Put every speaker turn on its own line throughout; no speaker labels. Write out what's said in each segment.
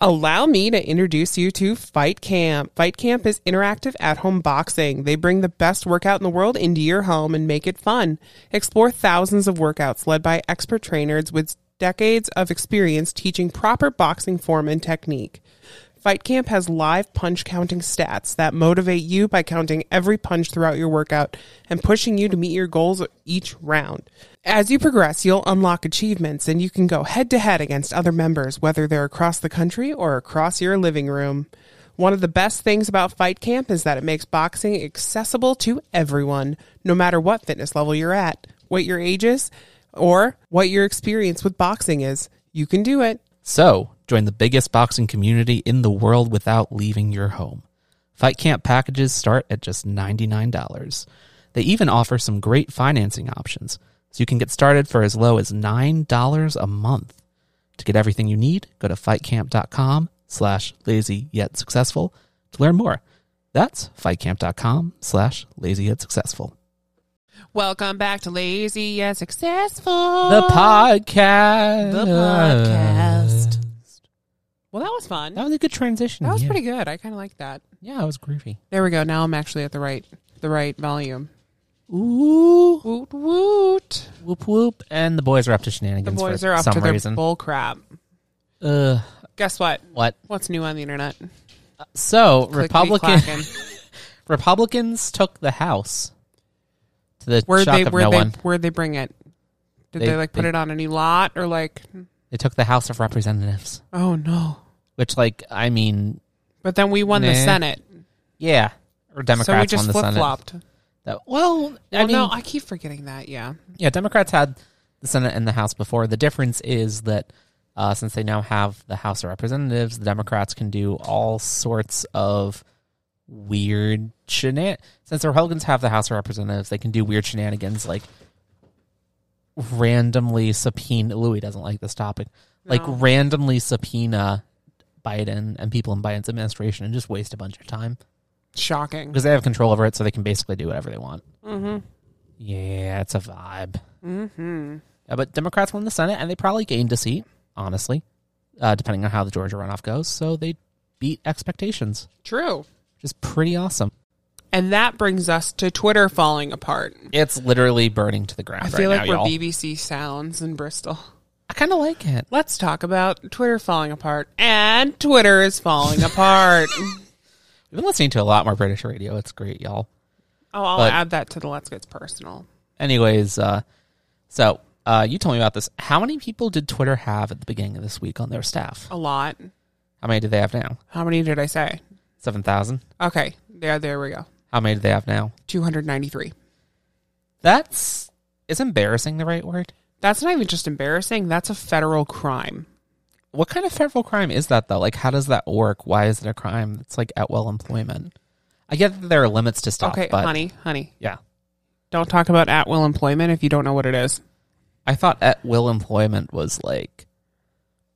Allow me to introduce you to Fight Camp. Fight Camp is interactive at home boxing. They bring the best workout in the world into your home and make it fun. Explore thousands of workouts led by expert trainers with decades of experience teaching proper boxing form and technique. Fight Camp has live punch counting stats that motivate you by counting every punch throughout your workout and pushing you to meet your goals each round. As you progress, you'll unlock achievements and you can go head to head against other members, whether they're across the country or across your living room. One of the best things about Fight Camp is that it makes boxing accessible to everyone, no matter what fitness level you're at, what your age is, or what your experience with boxing is. You can do it.
So, join the biggest boxing community in the world without leaving your home. Fight Camp packages start at just $99. They even offer some great financing options, so you can get started for as low as $9 a month. To get everything you need, go to fightcamp.com slash lazy yet successful to learn more. That's fightcamp.com slash lazy yet successful.
Welcome back to Lazy Yet Successful.
The podcast.
The podcast. Well, that was fun.
That
That
was a good transition.
was
yeah.
pretty good. I kind of like that.
Yeah, it was groovy.
There we go. Now I'm actually at the right the right volume.
Ooh.
Woot woot.
Whoop whoop, and the boys are up to
The
shenanigans.
boys
for
are up
some
to their
reason.
bull crap.
uh,
Guess what?
what?
What's new on the internet?
So
Clickety
Republican
clackin'.
Republicans took the House to the
Where'd
shock
they
of
where
no
they
one.
where'd they bring it? Did
They-
they, like put
they-
it on a new lot or like
They took the House of Representatives,
oh no.
which, like, I mean,
But then we won the
Nah.
Senate.
yeah, or
So we
Democrats won
just
the
flip
Senate.
flopped.
That- well, I
Well
mean,
no, I keep forgetting that, yeah.
yeah, Democrats had the Senate and the House before. The difference is that uh, since they now have the House of Representatives, the Democrats can do all sorts of weird shenan. Since the Republicans have the House of Representatives, they can do weird shenanigans like randomly subpoena. Louis doesn't like this topic. Like
No.
randomly subpoena Biden and people in Biden's administration and just waste a bunch of time
Shocking.
because they have control over it, so they can basically do whatever they want.
Mhm.
Yeah, it's a vibe.
Mhm.
Uh, but Democrats won the Senate, and they probably gained a seat, honestly, uh, depending on how the Georgia runoff goes. So they beat expectations,
True.
which is pretty awesome.
And that brings us to Twitter falling apart.
It's literally burning to the ground.
I feel
right
like
now,
we're
y'all.
BBC Sounds in Bristol.
I kind of like it.
Let's talk about Twitter falling apart. And Twitter is falling apart. Oh,
We've been listening to a lot more British radio. It's great, y'all.
Oh, I'll
But-
add that to the Let's Get Personal.
Anyways, uh, so uh, you told me about this. How many people did Twitter have at the beginning of this week on their staff?
A lot.
How many do they have now?
How many did I say?
Seven thousand.
Okay. There, there we go.
How many do they have now?
293.
That's is embarrassing the right word.
That's not even just embarrassing. That's a federal crime.
what kind of federal crime is that though? Like, how does that work? Why is it a crime? It's like at will employment. I get that there are limits to stuff,
okay,
but
honey, honey.
yeah,
Don't talk about at will employment if you don't know what it is.
I thought at will employment was like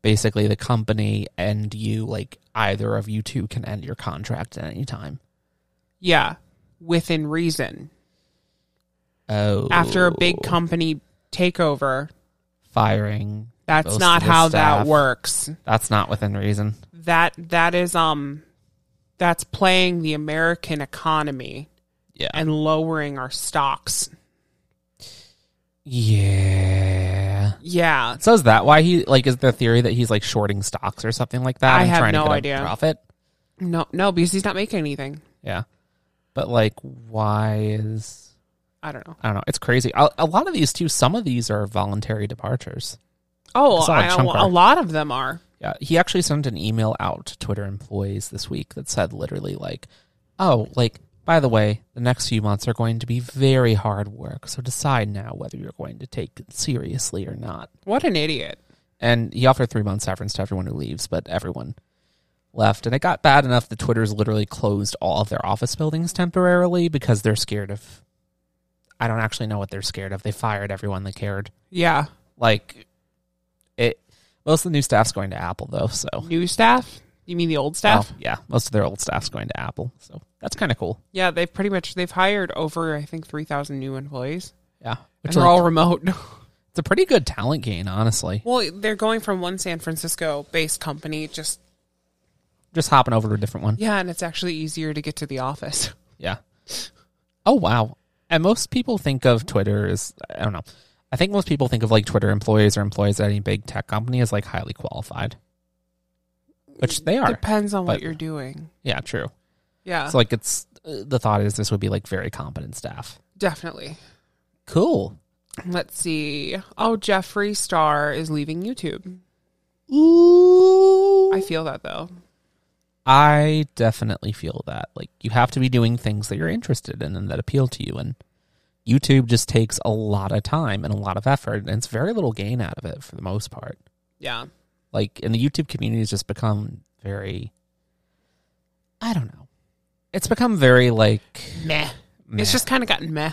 basically the company and you, like either of you two, can end your contract at any time.
Yeah. Within reason.
Oh,
After a big company takeover,
firing,
that's
Most
not
of the
how
staff.
that works.
that's not within reason.
that that is um that's playing the American economy
Yeah,
and lowering our stocks.
yeah.
Yeah.
So is that why he like is the theory that he's like shorting stocks or something like that?
I
and
have
trying
no
to get
idea.
A profit.
No no, because he's not making anything.
Yeah. But like, why is
I don't know.
I don't know? It's crazy. A, a lot of these too. Some of these are voluntary departures.
Oh,
I saw a
I,
chunk
a
of-
lot of them are.
Yeah. He actually sent an email out to Twitter employees this week that said literally like, "Oh, like by the way, the next few months are going to be very hard work. So decide now whether you're going to take it seriously or not."
What an idiot.
And he offered three months severance to everyone who leaves, but everyone left. And it got bad enough that Twitter's literally closed all of their office buildings temporarily because they're scared of. I don't actually know what they're scared of. They fired everyone that cared.
Yeah.
Like, it. Most of the new staff's going to Apple, though. So,
New staff? You mean the old staff?
Well, yeah, most of their old staff's going to Apple. So that's kind of cool.
Yeah, they've pretty much they've hired over I think 3,000 new employees.
Yeah,
And
which
they're
like,
all remote.
it's a pretty good talent gain, honestly.
well, they're going from one San Francisco based company just
Just hopping over to a different one.
Yeah, and it's actually easier to get to the office.
Yeah. Oh wow. And most people think of Twitter as I don't know. I think most people think of like Twitter employees or employees at any big tech company as like highly qualified. Which they are.
Depends on
but-
what you're doing.
Yeah, true.
Yeah,
It's like it's uh, the thought is this would be like very competent staff.
definitely.
Cool.
Let's see. Oh, Jeffree Star is leaving YouTube.
Ooh.
I feel that though.
I definitely feel that. Like you have to be doing things that you're interested in and that appeal to you and YouTube just takes a lot of time and a lot of effort and it's very little gain out of it for the most part.
Yeah.
Like and the YouTube community has just become very I don't know. It's become very like
Meh.
meh.
It's just kind of gotten meh.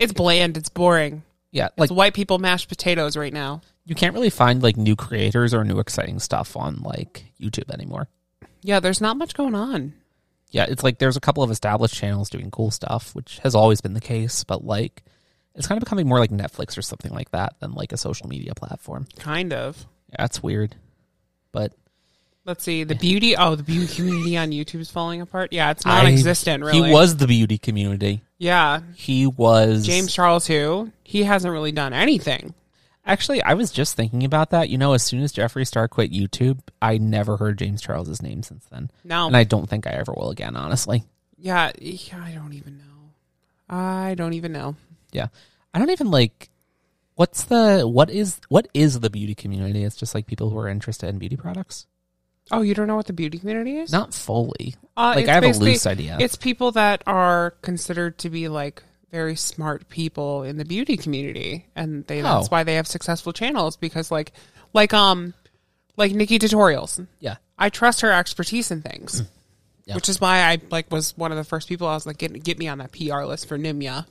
It's bland. It's boring.
yeah, like
it's white people mashed potatoes right now.
you can't really find like new creators or new exciting stuff on like YouTube anymore.
Yeah, there's not much going on.
yeah, it's like there's a couple of established channels doing cool stuff, which has always been the case, but like it's kind of becoming more like Netflix or something like that than like a social media platform.
Kind of.
Yeah, that's weird. But
Let's see. The beauty. Oh, the beauty community on YouTube is falling apart. Yeah, it's non-existent.
I-
really.
He was the beauty community.
Yeah,
He was
James Charles. Who he hasn't really done anything.
Actually, I was just thinking about that. You know, as soon as Jeffree Star quit YouTube, I never heard James Charles's name since then.
No.
And I don't think I ever will again, honestly.
Yeah, eh, yeah, I don't even know. I don't even know.
Yeah. I don't even like what's the what is what is the beauty community? It's just like people who are interested in beauty products.
Oh, you don't know what the beauty community is?
Not fully.
Uh,
like
it's
I have a
basically-
loose idea.
It's people that are considered to be like very smart people in the beauty community, and they
Oh.
that's why they have successful channels because like like um like Nikki tutorials.
yeah.
I trust her expertise in things,
Mm. Yeah.
which is why I like was one of the first people I was like get get me on that PR list for Nimya.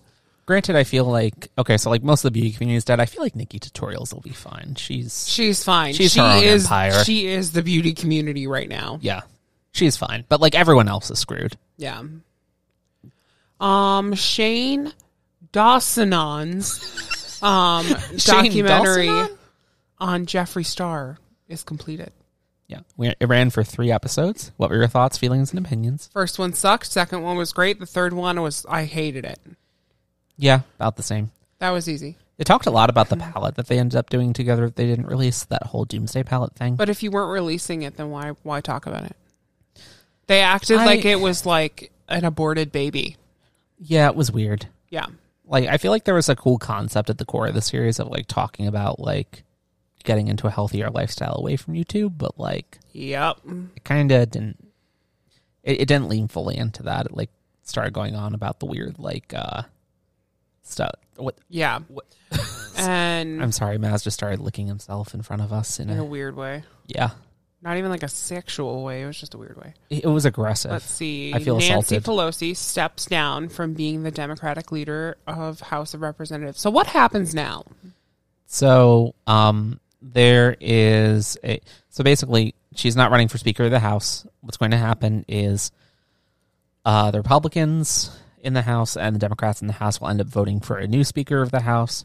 Granted, I feel like okay, so like most of the beauty community is dead. I feel like Nikki tutorials will be fine. She's
She's fine.
She's
she
her own
is
empire.
she is the beauty community right now.
yeah, she's fine. But like everyone else is screwed.
Yeah. Um, Shane Dawson's um
Shane
documentary
Dawson?
on Jeffree Star is completed.
Yeah, we, it ran for three episodes. What were your thoughts, feelings, and opinions?
First one sucked. Second one was great. The third one was I hated it.
Yeah, about the same.
That was easy.
They talked a lot about the palette that they ended up doing together. They didn't release that whole Doomsday palette thing.
But if you weren't releasing it, then why why talk about it? They acted
I-
like it was like an aborted baby.
yeah, it was weird.
Yeah.
like I feel like there was a cool concept at the core of the series of like talking about like getting into a healthier lifestyle away from YouTube, but like
Yep.
it kind of didn't. It, it didn't lean fully into that. It like started going on about the weird like uh stuff. What
Yeah. and
I'm sorry, Maz just started licking himself in front of us, and
in a weird way.
yeah,
Not even like a sexual way. It was just a weird way.
it, it was aggressive.
Let's see.
I feel
Nancy
assaulted.
Pelosi steps down from being the Democratic leader of House of Representatives. So what happens now?
So, um, there is a so basically she's not running for Speaker of the House. What's going to happen is, uh, the Republicans in the House and the Democrats in the House will end up voting for a new Speaker of the House.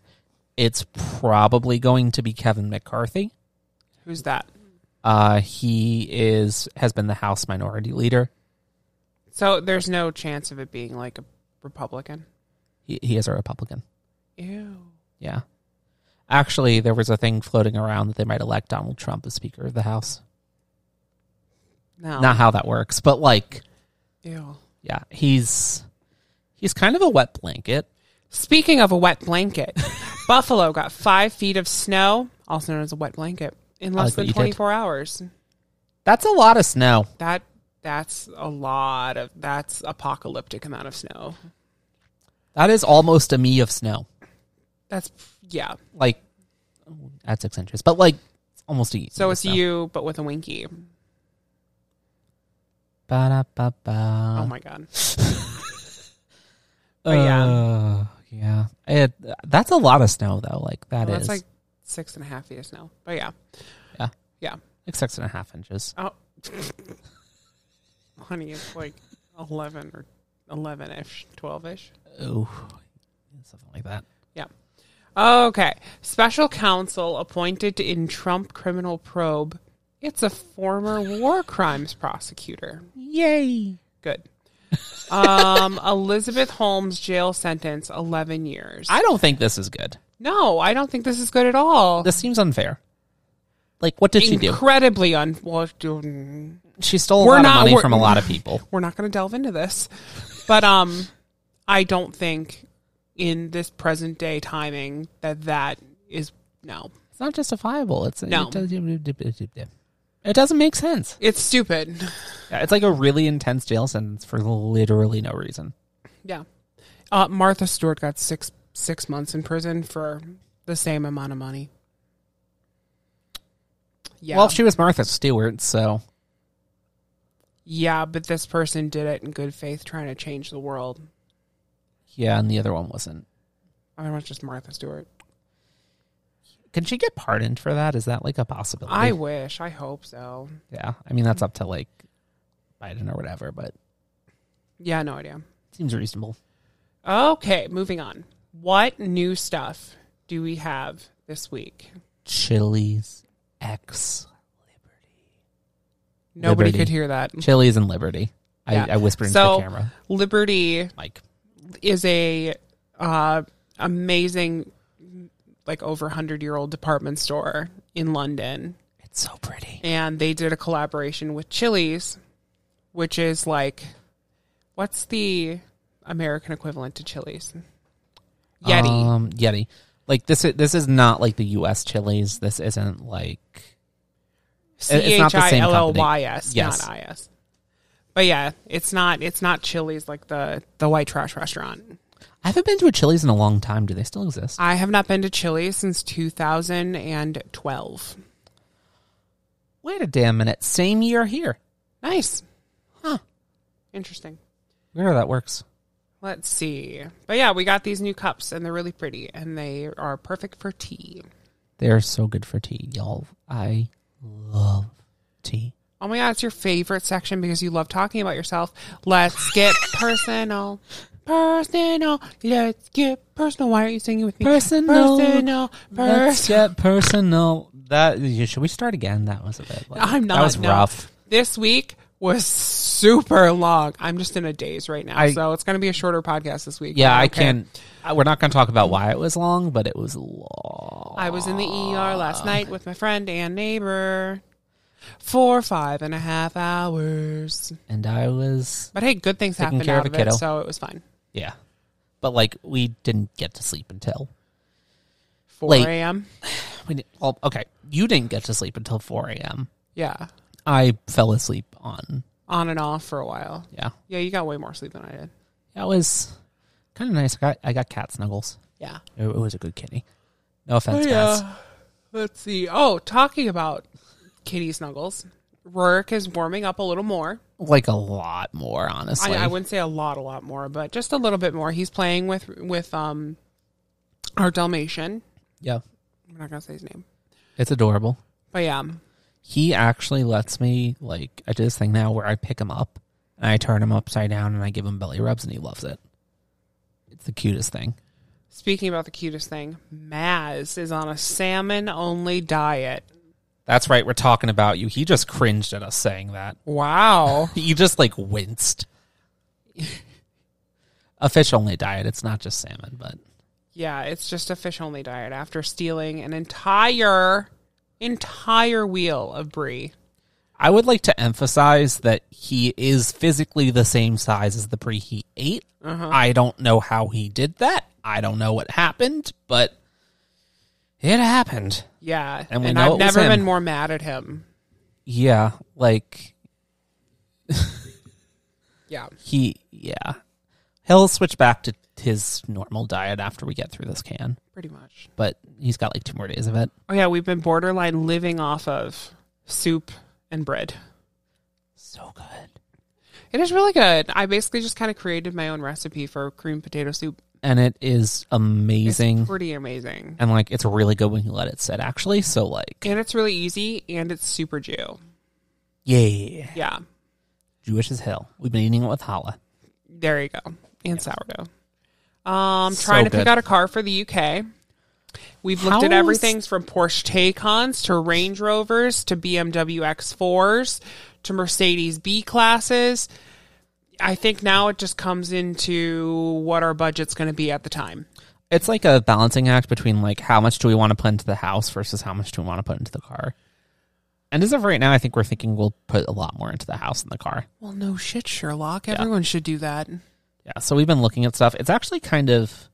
It's probably going to be Kevin McCarthy.
Who's that?
Uh, he is has been the House Minority Leader.
So there's no chance of it being like a Republican.
He, he is a Republican.
Ew.
Yeah. Actually, there was a thing floating around that they might elect Donald Trump as Speaker of the House.
No.
Not how that works, but like
Ew.
yeah, he's he's kind of a wet blanket.
Speaking of a wet blanket, Buffalo got five feet of snow, also known as a wet blanket, in
like
less
Oh, what
than
you did.
24 hours.
That's a lot of snow.
That that's a lot of that's apocalyptic amount of snow.
That is almost a me of snow.
That's yeah.
Like at six inches, but like it's almost a.
So it's you but with a winky.
Ba-da-ba-ba.
oh my god.
Uh,
but Oh yeah.
yeah. It, that's a lot of snow though. Like that is
Well, that's like six and a half feet of snow. But yeah,
yeah,
yeah.
like six and a half inches.
Oh, honey, it's like eleven or eleven ish, twelve ish.
Oh, something like that.
Yeah. Okay. Special counsel appointed in Trump criminal probe It's a former war crimes prosecutor.
Yay.
Good. Um, Elizabeth Holmes jail sentence 11 years.
I don't think this is good.
no, I don't think this is good at all.
This seems unfair. Like, what did she do?
Incredibly un. Well, mm,
She stole a
We're
lot
not-
of money
we're-
from a lot of people.
we're not going to delve into this, but um, I don't think in this present day timing that that is no.
It's not justifiable. It's
No.
it, doesn't, it doesn't make sense.
It's stupid.
Yeah, It's like a really intense jail sentence for literally no reason.
Yeah. Uh, Martha Stewart got six six months in prison for the same amount of money. Yeah.
Well, she was Martha Stewart, so
yeah, but this person did it in good faith, trying to change the world.
yeah, and the other one wasn't.
I mean, it's just Martha Stewart.
Can she get pardoned for that? Is that like a possibility?
I wish. I hope so.
yeah. I mean, that's up to like Biden or whatever, but it
Yeah, no idea.
seems reasonable.
Okay, moving on. What new stuff do we have this week?
Chili's ex
Nobody
Liberty.
could hear that.
Chili's and Liberty.
Yeah.
I, I whispered into
So-
the camera.
Liberty
Mike.
is a uh, amazing like over 100 year old department store in london
It's so pretty.
and they did a collaboration with chili's which is like what's the american equivalent to chili's yeti
Um, Yeti. Like this is this is not like the U.S. Chili's. This isn't like it's not the same company.
c-h-i-l-l-y-s
Yes.
not is but yeah it's not it's not chili's like the the white trash restaurant
I haven't been to a Chili's in a long time. Do they still exist?
i have not been to chili's since 2012
Wait a damn minute. Same year here.
Nice.
Huh.
Interesting.
Weird how that works.
Let's see. But yeah, we got these new cups and they're really pretty and they are perfect for tea.
They are so good for tea, y'all. I love tea.
Oh my God, it's your favorite section because you love talking about yourself. Let's get personal. Personal. Let's get personal. Why aren't you singing with me?
Personal.
Personal.
Let's
Personal.
get personal. That should we start again? That was a bit. Like,
I'm not.
That was
no.
rough.
This week was super long. I'm just in a daze right now.
I-
so it's going to be a shorter podcast this week.
Yeah,
but
I
okay.
can't. I- We're not going to talk about why it was long, but it was long.
I was in the ER last night with my friend and neighbor for five and a half hours.
And I was
But hey, good things
Taking
happened
care
out
of
of
a
it,
kiddo.
so it was fine.
yeah, but like we didn't get to sleep until
Four
Late.
a.m.
we did, well, okay. You didn't get to sleep until four a.m.
Yeah,
I fell asleep on
on and off for a while.
yeah.
Yeah, you got way more sleep than I did.
That was kind of nice. I got I got cat snuggles.
Yeah.
It, it was a good kitty. No offense, guys.
Oh, yeah. Let's see. Oh, talking about kitty snuggles, Rourke is warming up a little more.
Like a lot more, honestly.
I, I wouldn't say a lot, a lot more, but just a little bit more. He's playing with with um our Dalmatian.
yeah,
I'm not gonna say his name,
it's adorable.
but yeah,
He actually lets me like I do this thing now where I pick him up and I turn him upside down and I give him belly rubs and he loves it. It's the cutest thing.
Speaking about the cutest thing, Maz is on a salmon only diet.
That's right. We're talking about you. He just cringed at us saying that.
Wow.
You just like winced. a fish only diet. It's not just salmon, but
yeah, it's just a fish only diet after stealing an entire entire wheel of brie.
I would like to emphasize that he is physically the same size as the pre he ate. I don't know how he did that. I don't know what happened, but it happened.
Yeah.
And
And,
we know it
I've
was
never
him.
been more mad at him.
Yeah, like
Yeah.
he, yeah. He'll switch back to his normal diet after we get through this can,
Pretty much.
but he's got like two more days of it.
Oh yeah, we've been borderline living off of soup and bread.
So good.
It is really good. I basically just kind of created my own recipe for cream potato soup.
And it is amazing.
Pretty amazing.
and like it's really good when you let it sit actually. So like
And it's really easy and it's super Jew.
yeah.
Yeah.
Jewish as hell. We've been eating it with challah.
There you go. And sourdough. Um,
So
trying to
good.
pick out a car for the UK. We've looked at
How's-
everything from Porsche Taycons to Range Rovers to BMW X4s to Mercedes B classes. I think now it just comes into what our budget's going to be at the time.
It's like a balancing act between like how much do we want to put into the house versus how much do we want to put into the car. And as of right now, I think we're thinking we'll put a lot more into the house than the car.
Well, no shit, Sherlock. Everyone should do that.
Yeah, so we've been looking at stuff. It's actually kind of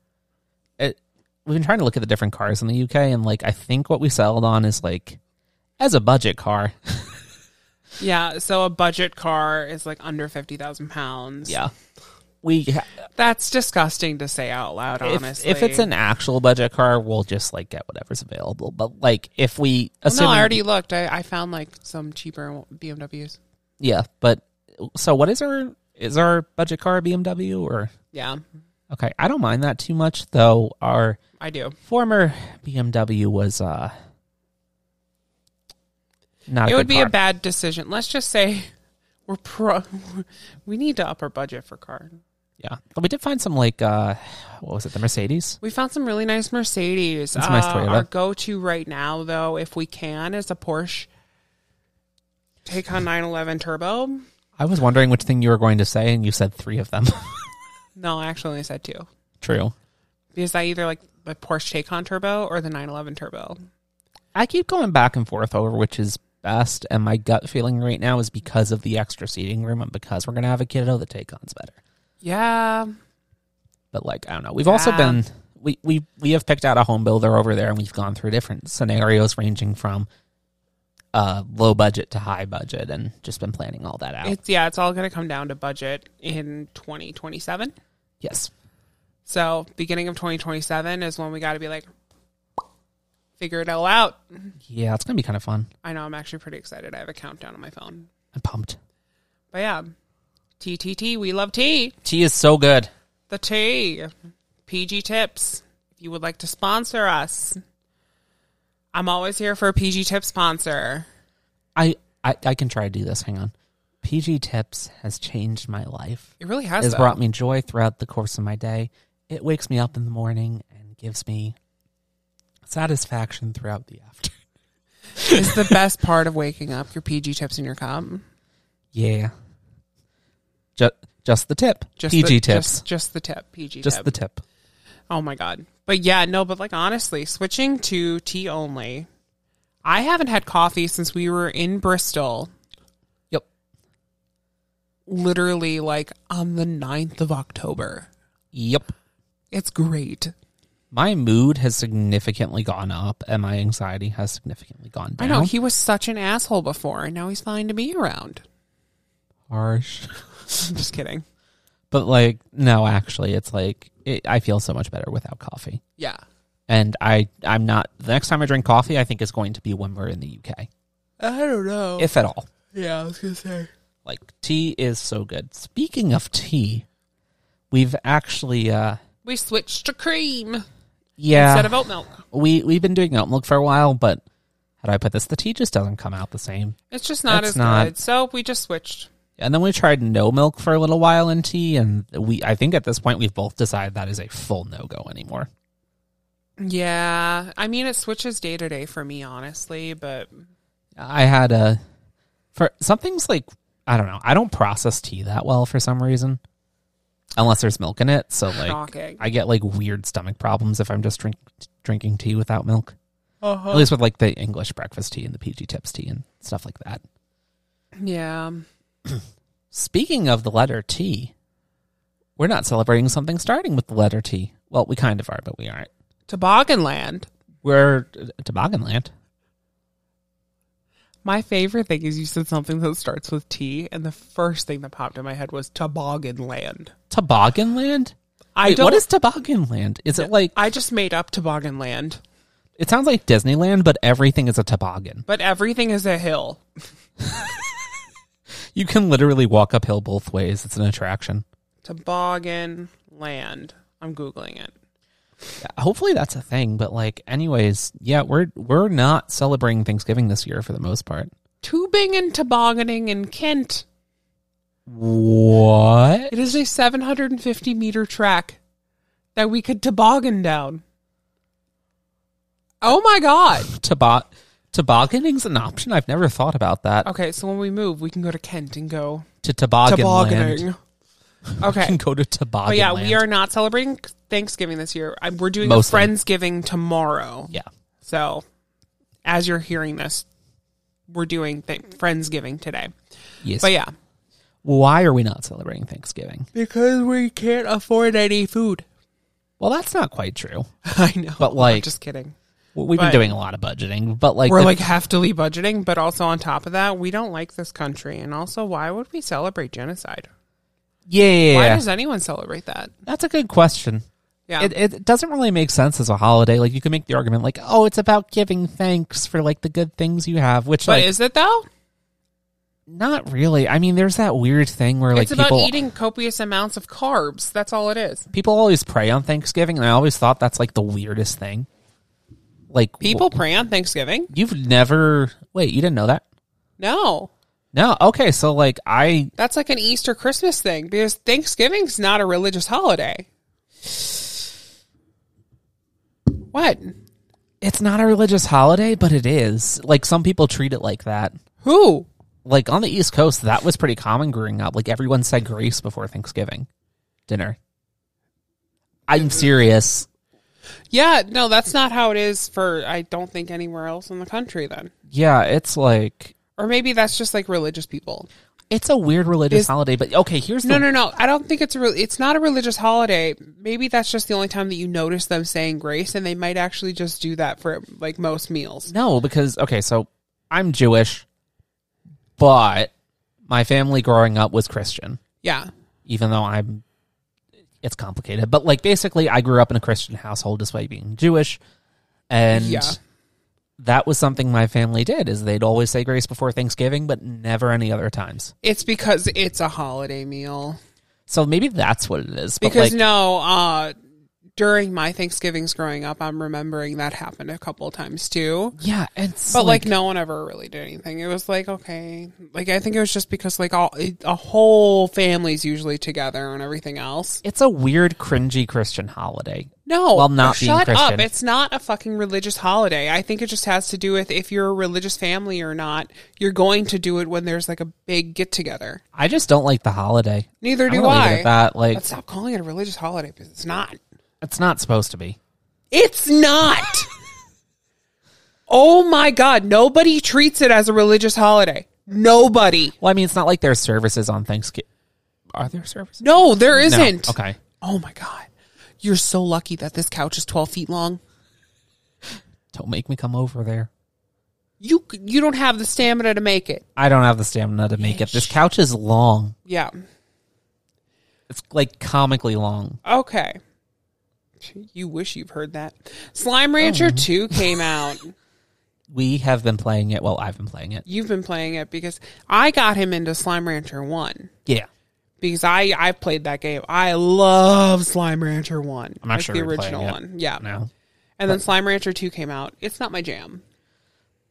it we've been trying to look at the different cars in the UK and like I think what we settled on is like as a budget car.
Yeah. So a budget car is like under 50,000 pounds.
We ha-
That's disgusting to say out loud,
if,
honestly.
if it's an actual budget car, we'll just like get whatever's available. But like if we assume
no, I already looked. I, I found like some cheaper BMWs.
Yeah, but so what is our is our budget car a BMW or
Yeah,
okay? I don't mind that too much though. Our
I do.
former BMW was uh not.
it
a
would
good
be
car.
a bad decision. Let's just say we're pro. We need to up our budget for car.
yeah. But we did find some like uh what was it the Mercedes?
We found some really nice Mercedes. Uh,
That's a nice Toyota.
Our go-to right now, though, if we can, is a Porsche Taycan 911 Turbo.
I was wondering which thing you were going to say, and you said three of them.
No, I actually only said two
True.
because I either like the Porsche Taycan Turbo or the 911 Turbo.
I keep going back and forth over which is best, and my gut feeling right now is because of the extra seating room and because we're gonna have a kiddo, the take on's better.
Yeah,
but like I don't know. We've also
Yeah.
been we we we have picked out a home builder over there, and we've gone through different scenarios ranging from uh low budget to high budget, and just been planning all that out.
it's yeah, it's all going to come down to budget in 2027.
yes,
So beginning of 2027 is when we got to be like, figure it all out.
yeah, it's gonna be kind of fun.
I know I'm actually pretty excited. I have a countdown on my phone.
I'm pumped.
But yeah, TTT, we love tea.
Tea is so good.
The tea. PG tips. If you would like to sponsor us, I'm always here for a PG tip sponsor.
I I, I can try to do this. Hang on. PG Tips has changed my life.
It really
It
has.
has
though.
brought me joy throughout the course of my day. It wakes me up in the morning and gives me satisfaction throughout the afternoon.
it's the best part of waking up. Your PG tips in your cup.
Yeah. Just just the tip. PG
the, Just,
tips. Just,
just the tip. PG tip.
the tip.
Oh my god. But yeah, no, but like honestly, switching to tea only. I haven't had coffee since we were in Bristol,
Yep.
literally like on the 9th of October.
Yep.
It's great.
My mood has significantly gone up and my anxiety has significantly gone
I
down.
know he was such an asshole before and now he's fine to be around.
Harsh.
I'm just kidding.
But like no, actually it's like it, I feel so much better without coffee.
Yeah.
And I I'm not the next time I drink coffee I think is going to be when we're in the UK.
I don't know.
If at all.
yeah, I was going to say.
Like tea is so good. Speaking of tea, we've actually uh
We switched to cream
yeah
instead of oat milk.
we we've been doing oat milk for a while, but how do I put this? The tea just doesn't come out the same.
It's just not
That's
as
not-
good. So we just switched.
And then we tried no milk for a little while in tea, and we I think at this point we've both decided that is a full no go anymore.
Yeah. I mean, it switches day to day for me, honestly, but
I had a for something's like I don't know. I don't process tea that well for some reason, unless there's milk in it. So like
Shocking.
I get like weird stomach problems if I'm just drink, drinking tea without milk.
Uh-huh.
At least with like the English breakfast tea and the PG Tips tea and stuff like that.
Yeah.
Speaking of the letter T, we're not celebrating something starting with the letter T. Well, we kind of are, but we aren't.
Toboggan Land.
We're uh, Toboggan Land.
My favorite thing is you said something that starts with T, and the first thing that popped in my head was Toboggan Land.
Toboggan Land?
I
Wait,
don't,
what is Toboggan Land? Is it like,
I just made up Toboggan Land,
it sounds like Disneyland, but everything is a toboggan.
but everything is a hill.
You can literally walk uphill both ways. It's an attraction.
Toboggan Land. I'm googling it.
Hopefully that's a thing, but like, anyways, yeah, we're we're not celebrating Thanksgiving this year for the most part.
Tubing and tobogganing in Kent.
What?
It is a 750 meter track that we could toboggan down. Oh my god.
Tobog- tobogganing's an option. I've never thought about that.
Okay, so when we move, we can go to Kent and go
To toboggan
tobogganing.
land. You
Okay.
can go to toboggan
But yeah,
land.
we are not celebrating Thanksgiving this year. I, we're doing
Mostly.
a Friendsgiving tomorrow.
Yeah.
So, as you're hearing this, we're doing th- Friendsgiving today.
Yes.
But yeah,
Why are we not celebrating Thanksgiving?
because we can't afford any food.
Well, that's not quite true.
I know.
But like,
Just kidding.
w- we've
but-
been doing a lot of budgeting, but like,
We're
the-
like heftily budgeting, but also on top of that, we don't like this country. And also, why would we celebrate genocide?
yeah, yeah, yeah.
Why does anyone celebrate that?
that's a good question.
Yeah.
It, it doesn't really make sense as a holiday. Like you can make the argument like, oh, it's about giving thanks for like the good things you have, which
but
like
is it though?
not really. I mean, there's that weird thing where like
it's about
people
eating copious amounts of carbs. That's all it is.
people always pray on Thanksgiving, and I always thought that's like the weirdest thing. Like
People pray on Thanksgiving?
wh- you've never wait, you didn't know that?
No.
No, okay, so like I
That's like an Easter Christmas thing because Thanksgiving's not a religious holiday. What?
it's not a religious holiday, but it is. Like some people treat it like that.
Who?
Like on the East Coast, that was pretty common growing up. Like everyone said grace before Thanksgiving dinner. I'm serious.
Yeah, no, that's not how it is for I don't think anywhere else in the country then.
Yeah, it's like
Or maybe that's just like religious people.
it's a weird religious
Is-
holiday, but okay, here's
No,
the
no, no. I don't think it's a re- it's not a religious holiday. Maybe that's just the only time that you notice them saying grace and they might actually just do that for like most meals.
No, because okay, so I'm Jewish, but my family growing up was Christian,
Yeah.
even though I'm it's complicated. But like basically I grew up in a Christian household despite being Jewish. And
Yeah.
that was something my family did is they'd always say grace before Thanksgiving, but never any other times.
It's because it's a holiday meal.
So maybe that's what it is. But
Because
like
no, uh during my Thanksgivings growing up, I'm remembering that happened a couple of times too.
Yeah, it's
But like, no one ever really did anything. It was like okay, like I think it was just because like all it- a whole family's usually together and everything else.
it's a weird cringy Christian holiday.
No,
Well, not being
shut up.
Christian.
It's not a fucking religious holiday. I think it just has to do with if you're a religious family or not. You're going to do it when there's like a big get together.
I just don't like the holiday.
Neither
I'm
do
gonna leave it
I.
at that like
But stop calling it a religious holiday because it's not.
it's not supposed to be.
It's not. oh my God. Nobody treats it as a religious holiday. Nobody.
Well, I mean, it's not like there's services on Thanksgiving. Are there services?
No, there isn't.
Okay.
Oh my God. You're so lucky that this couch is 12 feet long.
Don't make me come over there.
You you don't have the stamina to make it.
I don't have the stamina to make it. This couch is long.
Yeah.
It's like comically long.
Okay. You wish you've heard that. Slime Rancher
Mm-hmm.
2 came out.
We have been playing it. Well, I've been playing it.
You've been playing it because I got him into Slime Rancher 1
Yeah.
because I I played that game. I love Slime Rancher 1.
I'm not sure
the
you're playing
original
it
one. Yeah.
No.
And then Slime Rancher 2 came out. It's not my jam.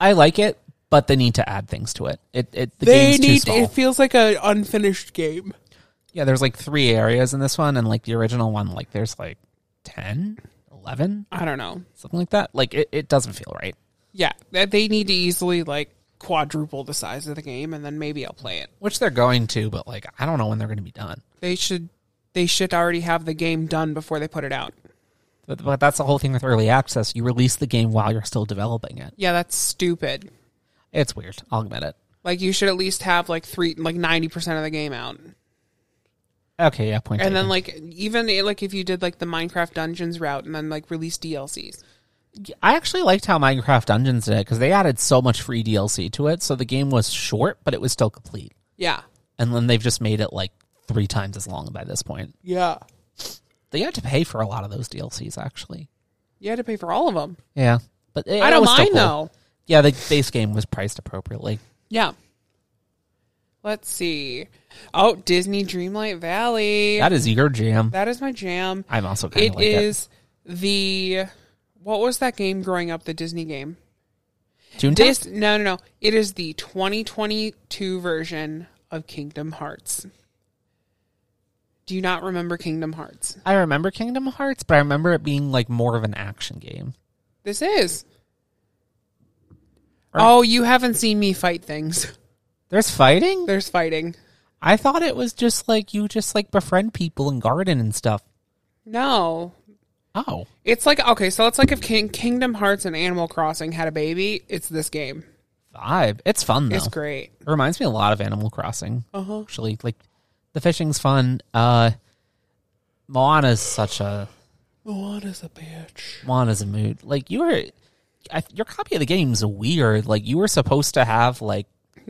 I like it, but they need to add things to it. It, it the
They
game's too
need
small.
it feels like an unfinished game.
yeah, there's like three areas in this one, and like the original one, like there's like 10, 11,
I don't know.
something like that. Like it, it doesn't feel right.
Yeah, that they need to easily like quadruple the size of the game and then maybe I'll play it.
Which they're going to, but like I don't know when they're going to be done.
They should they should already have the game done before they put it out.
But, but that's the whole thing with early access. You release the game while you're still developing it.
Yeah, that's stupid.
It's weird. I'll admit it.
Like you should at least have like three like 90% of the game out.
Okay, yeah, point.
And
taken.
then like even like if you did like the Minecraft Dungeons route and then like release DLCs.
I actually liked how Minecraft Dungeons did it because they added so much free DLC to it, so the game was short, but it was still complete.
Yeah.
And then they've just made it like three times as long by this point.
Yeah.
They had to pay for a lot of those DLCs, actually.
You had to pay for all of them.
Yeah, but it,
I
it
don't
was still
mind
cool.
though.
Yeah, the base game was priced appropriately.
Yeah. Let's see. Oh, Disney Dreamlight Valley.
That is your jam.
that is my jam.
I'm also kind
It
of like it.
is the what was that game growing up? The Disney game.
Toontown?
This no no no. It is the 2022 version of Kingdom Hearts. Do you not remember Kingdom Hearts?
I remember Kingdom Hearts, but I remember it being like more of an action game.
This is
Right.
Oh, you haven't seen me fight things.
There's fighting?
There's fighting.
I thought it was just like you just like befriend people and garden and stuff.
No.
Oh.
It's like okay, so it's like if King, Kingdom Hearts and Animal Crossing had a baby, it's this game.
Vibe. It's fun though.
It's great.
It reminds me a lot of Animal Crossing.
Uh-huh.
Actually, like the fishing's fun. Uh Moana's such a
Moana's a bitch.
Moana's a mood. Like you were I, your copy of the game's weird. Like you were supposed to have like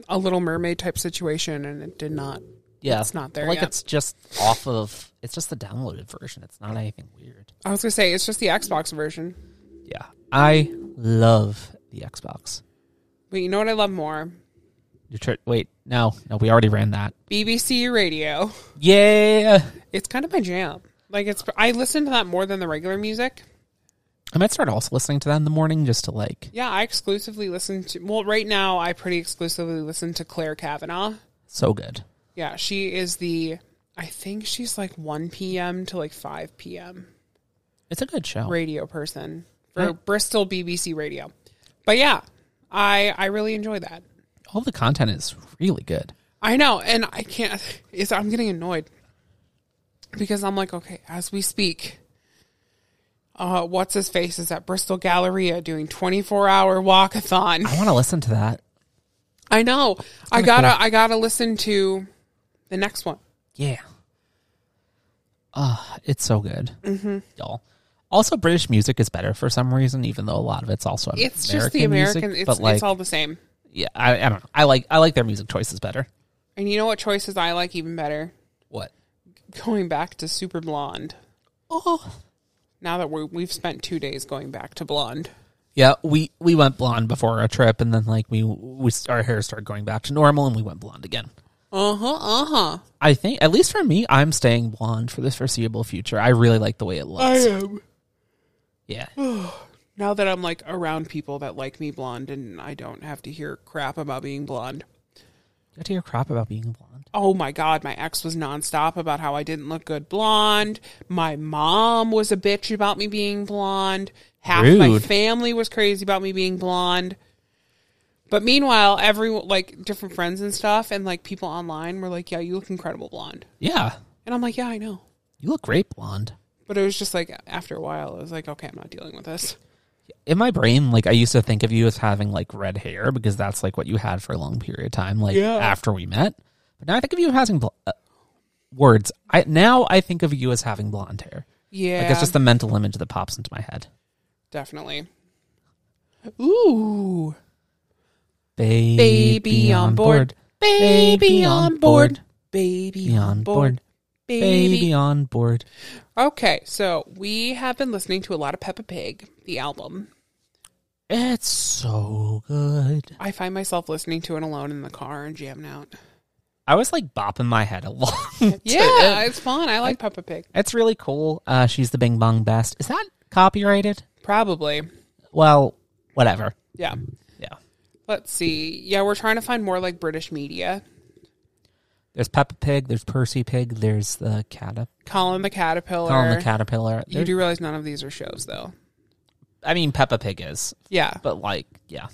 A Little Mermaid type situation, and it did not.
yeah,
It's not there
Like
yet.
it's just off of it's just the downloaded version. It's not anything weird.
I was gonna say it's just the Xbox version,
Yeah. I love the Xbox.
but you know what I love more?
Your tr- wait, no, no, we already ran that.
BBC Radio.
Yeah,
It's kind of my jam. Like it's I listen to that more than the regular music.
I might start also listening to that in the morning just to like.
Yeah, I exclusively listen to. Well, right now I pretty exclusively listen to Claire Kavanaugh.
So good.
Yeah, she is the. I think she's like 1 p.m. to like 5 p.m.
It's a good show.
radio person for Bristol BBC Radio. But yeah, I I really enjoy that.
All the content is really good.
I know, and I can't. Is I'm getting annoyed because I'm like, okay, as we speak, uh, what's his face is at Bristol Galleria doing 24 hour walkathon.
I want to listen to that.
I know.
Oh
I gotta I gotta listen to the next one.
Yeah. Ah, it's so good, mm-hmm. y'all. Also, British music is better for some reason, even though a lot of it's also
It's just the American.
music,
it's
but like,
it's all the same.
yeah, I, I don't know. I like I like their music choices better.
And you know what choices I like even better?
What?
Going back to Super Blonde.
Oh,
Now that we're, we've spent two days going back to Blonde.
yeah. We we went blonde before our trip, and then like we we our hair started going back to normal, and we went blonde again.
Uh huh. Uh huh.
I think, at least for me, I'm staying blonde for the foreseeable future. I really like the way it looks.
am.
yeah.
Now that I'm like around people that like me blonde, and I don't have to hear crap about being blonde.
Got to hear crap about being blonde.
Oh my God, my ex was nonstop about how I didn't look good blonde. My mom was a bitch about me being blonde. Half my
Rude.
family was crazy about me being blonde. But meanwhile, everyone, like different friends and stuff, and like people online were like, yeah, you look incredible blonde.
Yeah.
And I'm like, yeah, I know.
You look great blonde.
But it was just like, after a while, it was like, okay, I'm not dealing with this.
In my brain, like, I used to think of you as having, like, red hair because that's, like, what you had for a long period of time, like,
Yeah.
after we met. But now I think of you as having bl- uh, words. I Now I think of you as having blonde hair.
Yeah.
Like, it's just the mental image that pops into my head.
Definitely. Ooh.
Baby,
Baby on board. Baby on board. Baby
Baby
on board.
Baby
Baby.
on board.
Okay, so we have been listening to a lot of Peppa Pig, the album.
It's so good.
I find myself listening to it alone in the car and jamming out.
I was like bopping my head along. to
Yeah,
it.
it's fun. I like Peppa Pig.
it's really cool. Uh, she's the Bing Bong Best. Is that copyrighted?
Probably.
Well, whatever.
Yeah.
Yeah.
Let's see. Yeah, we're trying to find more like British media.
There's Peppa Pig. There's Percy Pig. There's the caterpillar.
Colin the Caterpillar.
Colin the caterpillar.
you do realize none of these are shows, though.
I mean, Peppa Pig is,
Yeah.
but like, yeah.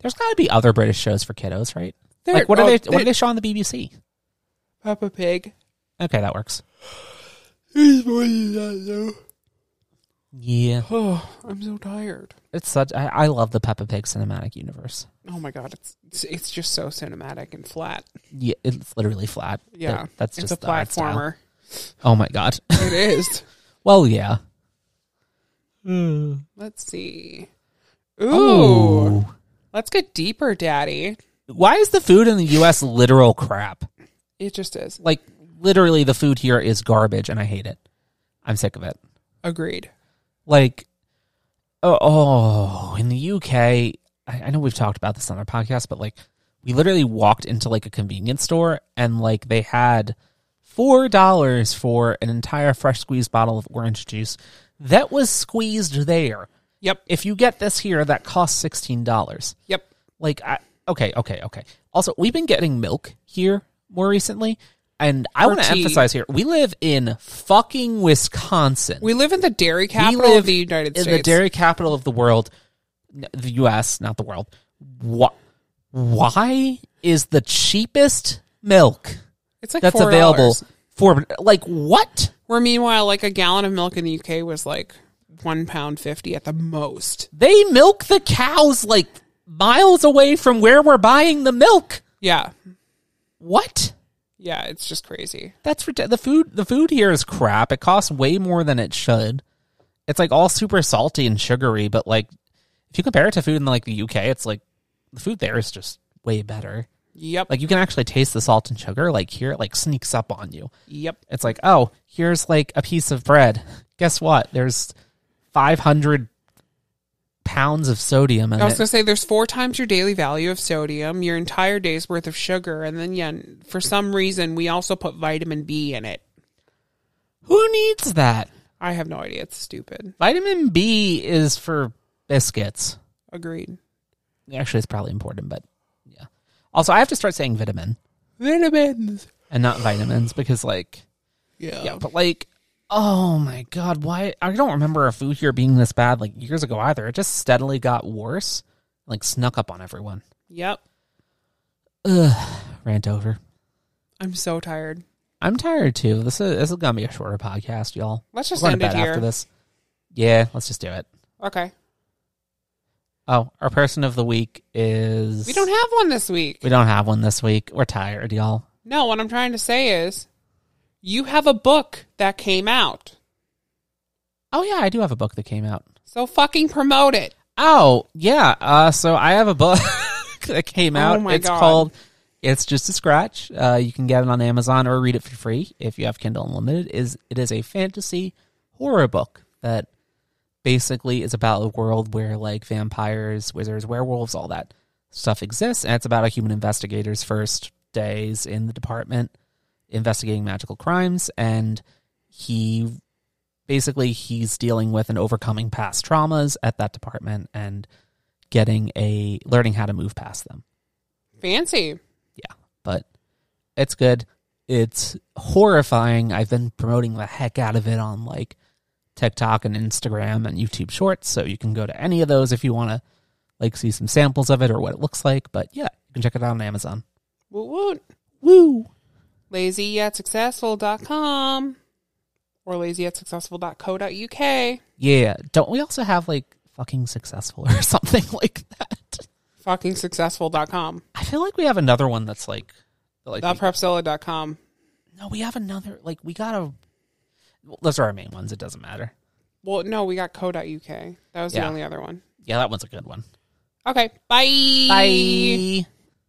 There's got to be other British shows for kiddos, right?
There-
like, what are
oh,
they?
there-
What do they show on the BBC?
Peppa Pig.
Okay, that works.
Oh,
Yeah,
I'm so tired.
it's such. I, I love the Peppa Pig cinematic universe.
Oh my god, it's it's- it's just so cinematic and flat.
Yeah, it's literally flat.
Yeah,
That- that's
it's
just
a
the art style.
platformer.
Oh my god.
it is.
well, yeah.
Let's see. Ooh,
Ooh.
let's get deeper, Daddy.
Why is the food in the U.S. literal crap?
It just is.
Like, literally, the food here is garbage, and I hate it. I'm sick of it.
Agreed.
Like, oh, oh in the U.K., I, I know we've talked about this on our podcast, but like, we literally walked into like a convenience store, and like, they had four dollars for an entire fresh squeezed bottle of orange juice that was squeezed there.
Yep.
If you get this here, that costs sixteen dollars.
Yep.
Like, I, okay, okay, okay. Also, we've been getting milk here more recently, and I want to
tea.
emphasize here: we live in fucking Wisconsin.
We live in the dairy
We
capital of the United
in
States.
the dairy capital of the world, n- the U.S., not the world. Wh- why is the cheapest milk
It's like
that's
$4.
available for like what?
Where meanwhile, like a gallon of milk in the UK was like one pound fifty at the most.
They milk the cows like miles away from where we're buying the milk.
Yeah,
What?
yeah, it's just crazy.
That's rid- the food. The food here is crap. It costs way more than it should. It's like all super salty and sugary, but like if you compare it to food in like the UK, it's like the food there is just way better.
Yep,
Like you can actually taste the salt and sugar. Like here, it like sneaks up on you.
yep.
It's like oh, here's like a piece of bread. Guess what? There's 500 pounds of sodium in
I was
it.
gonna say there's four times your daily value of sodium, your entire day's worth of sugar, and then yeah, for some reason we also put vitamin B in it.
Who needs that?
I have no idea. It's stupid.
Vitamin B is for biscuits.
Agreed.
Actually, it's probably important, but yeah. Also, I have to start saying vitamin.
Vitamins.
and not vitamins because like
Yeah.
yeah but like oh my god why i don't remember our food here being this bad like years ago either it just steadily got worse like snuck up on everyone
Yep.
ugh rant over
I'm so tired.
i'm tired too this is this is gonna be a shorter podcast y'all
Let's
We're
just
going
end
to
it
bed after
here.
this yeah let's just do it
Okay.
oh our person of the week is
We don't have one this week.
we don't have one this week we're tired y'all
No, what I'm trying to say is you have a book that came out.
oh yeah i do have a book that came out
So fucking promote it.
Oh, yeah. Uh, so I have a book that came
Oh
out.
my
it's
God.
called It's Just a Scratch. Uh, you can get it on Amazon or read it for free if you have Kindle Unlimited. It Is It is a fantasy horror book that basically is about a world where like vampires, wizards, werewolves, all that stuff exists. And it's about a human investigator's first days in the department investigating magical crimes. And he basically he's dealing with and overcoming past traumas at that department and getting a learning how to move past them.
Fancy.
Yeah, but it's good. It's horrifying. I've been promoting the heck out of it on like TikTok and Instagram and YouTube Shorts, so you can go to any of those if you want to like see some samples of it or what it looks like. But yeah, you can check it out on Amazon.
Woot woot.
Woo!
Lazy yet successful.com or lazy yet successful.co.uk.
Yeah, don't we also have like fucking successful or something like that?
Fucking successful.com.
I feel like we have another one that's like, like we-
Theprepzilla.com.
no, we have another like we gotta. well, those are our main ones. It doesn't matter.
Well, no, we got co.uk. That was the
Yeah.
only other one.
Yeah, that one's a good one.
Okay. Bye.
Bye.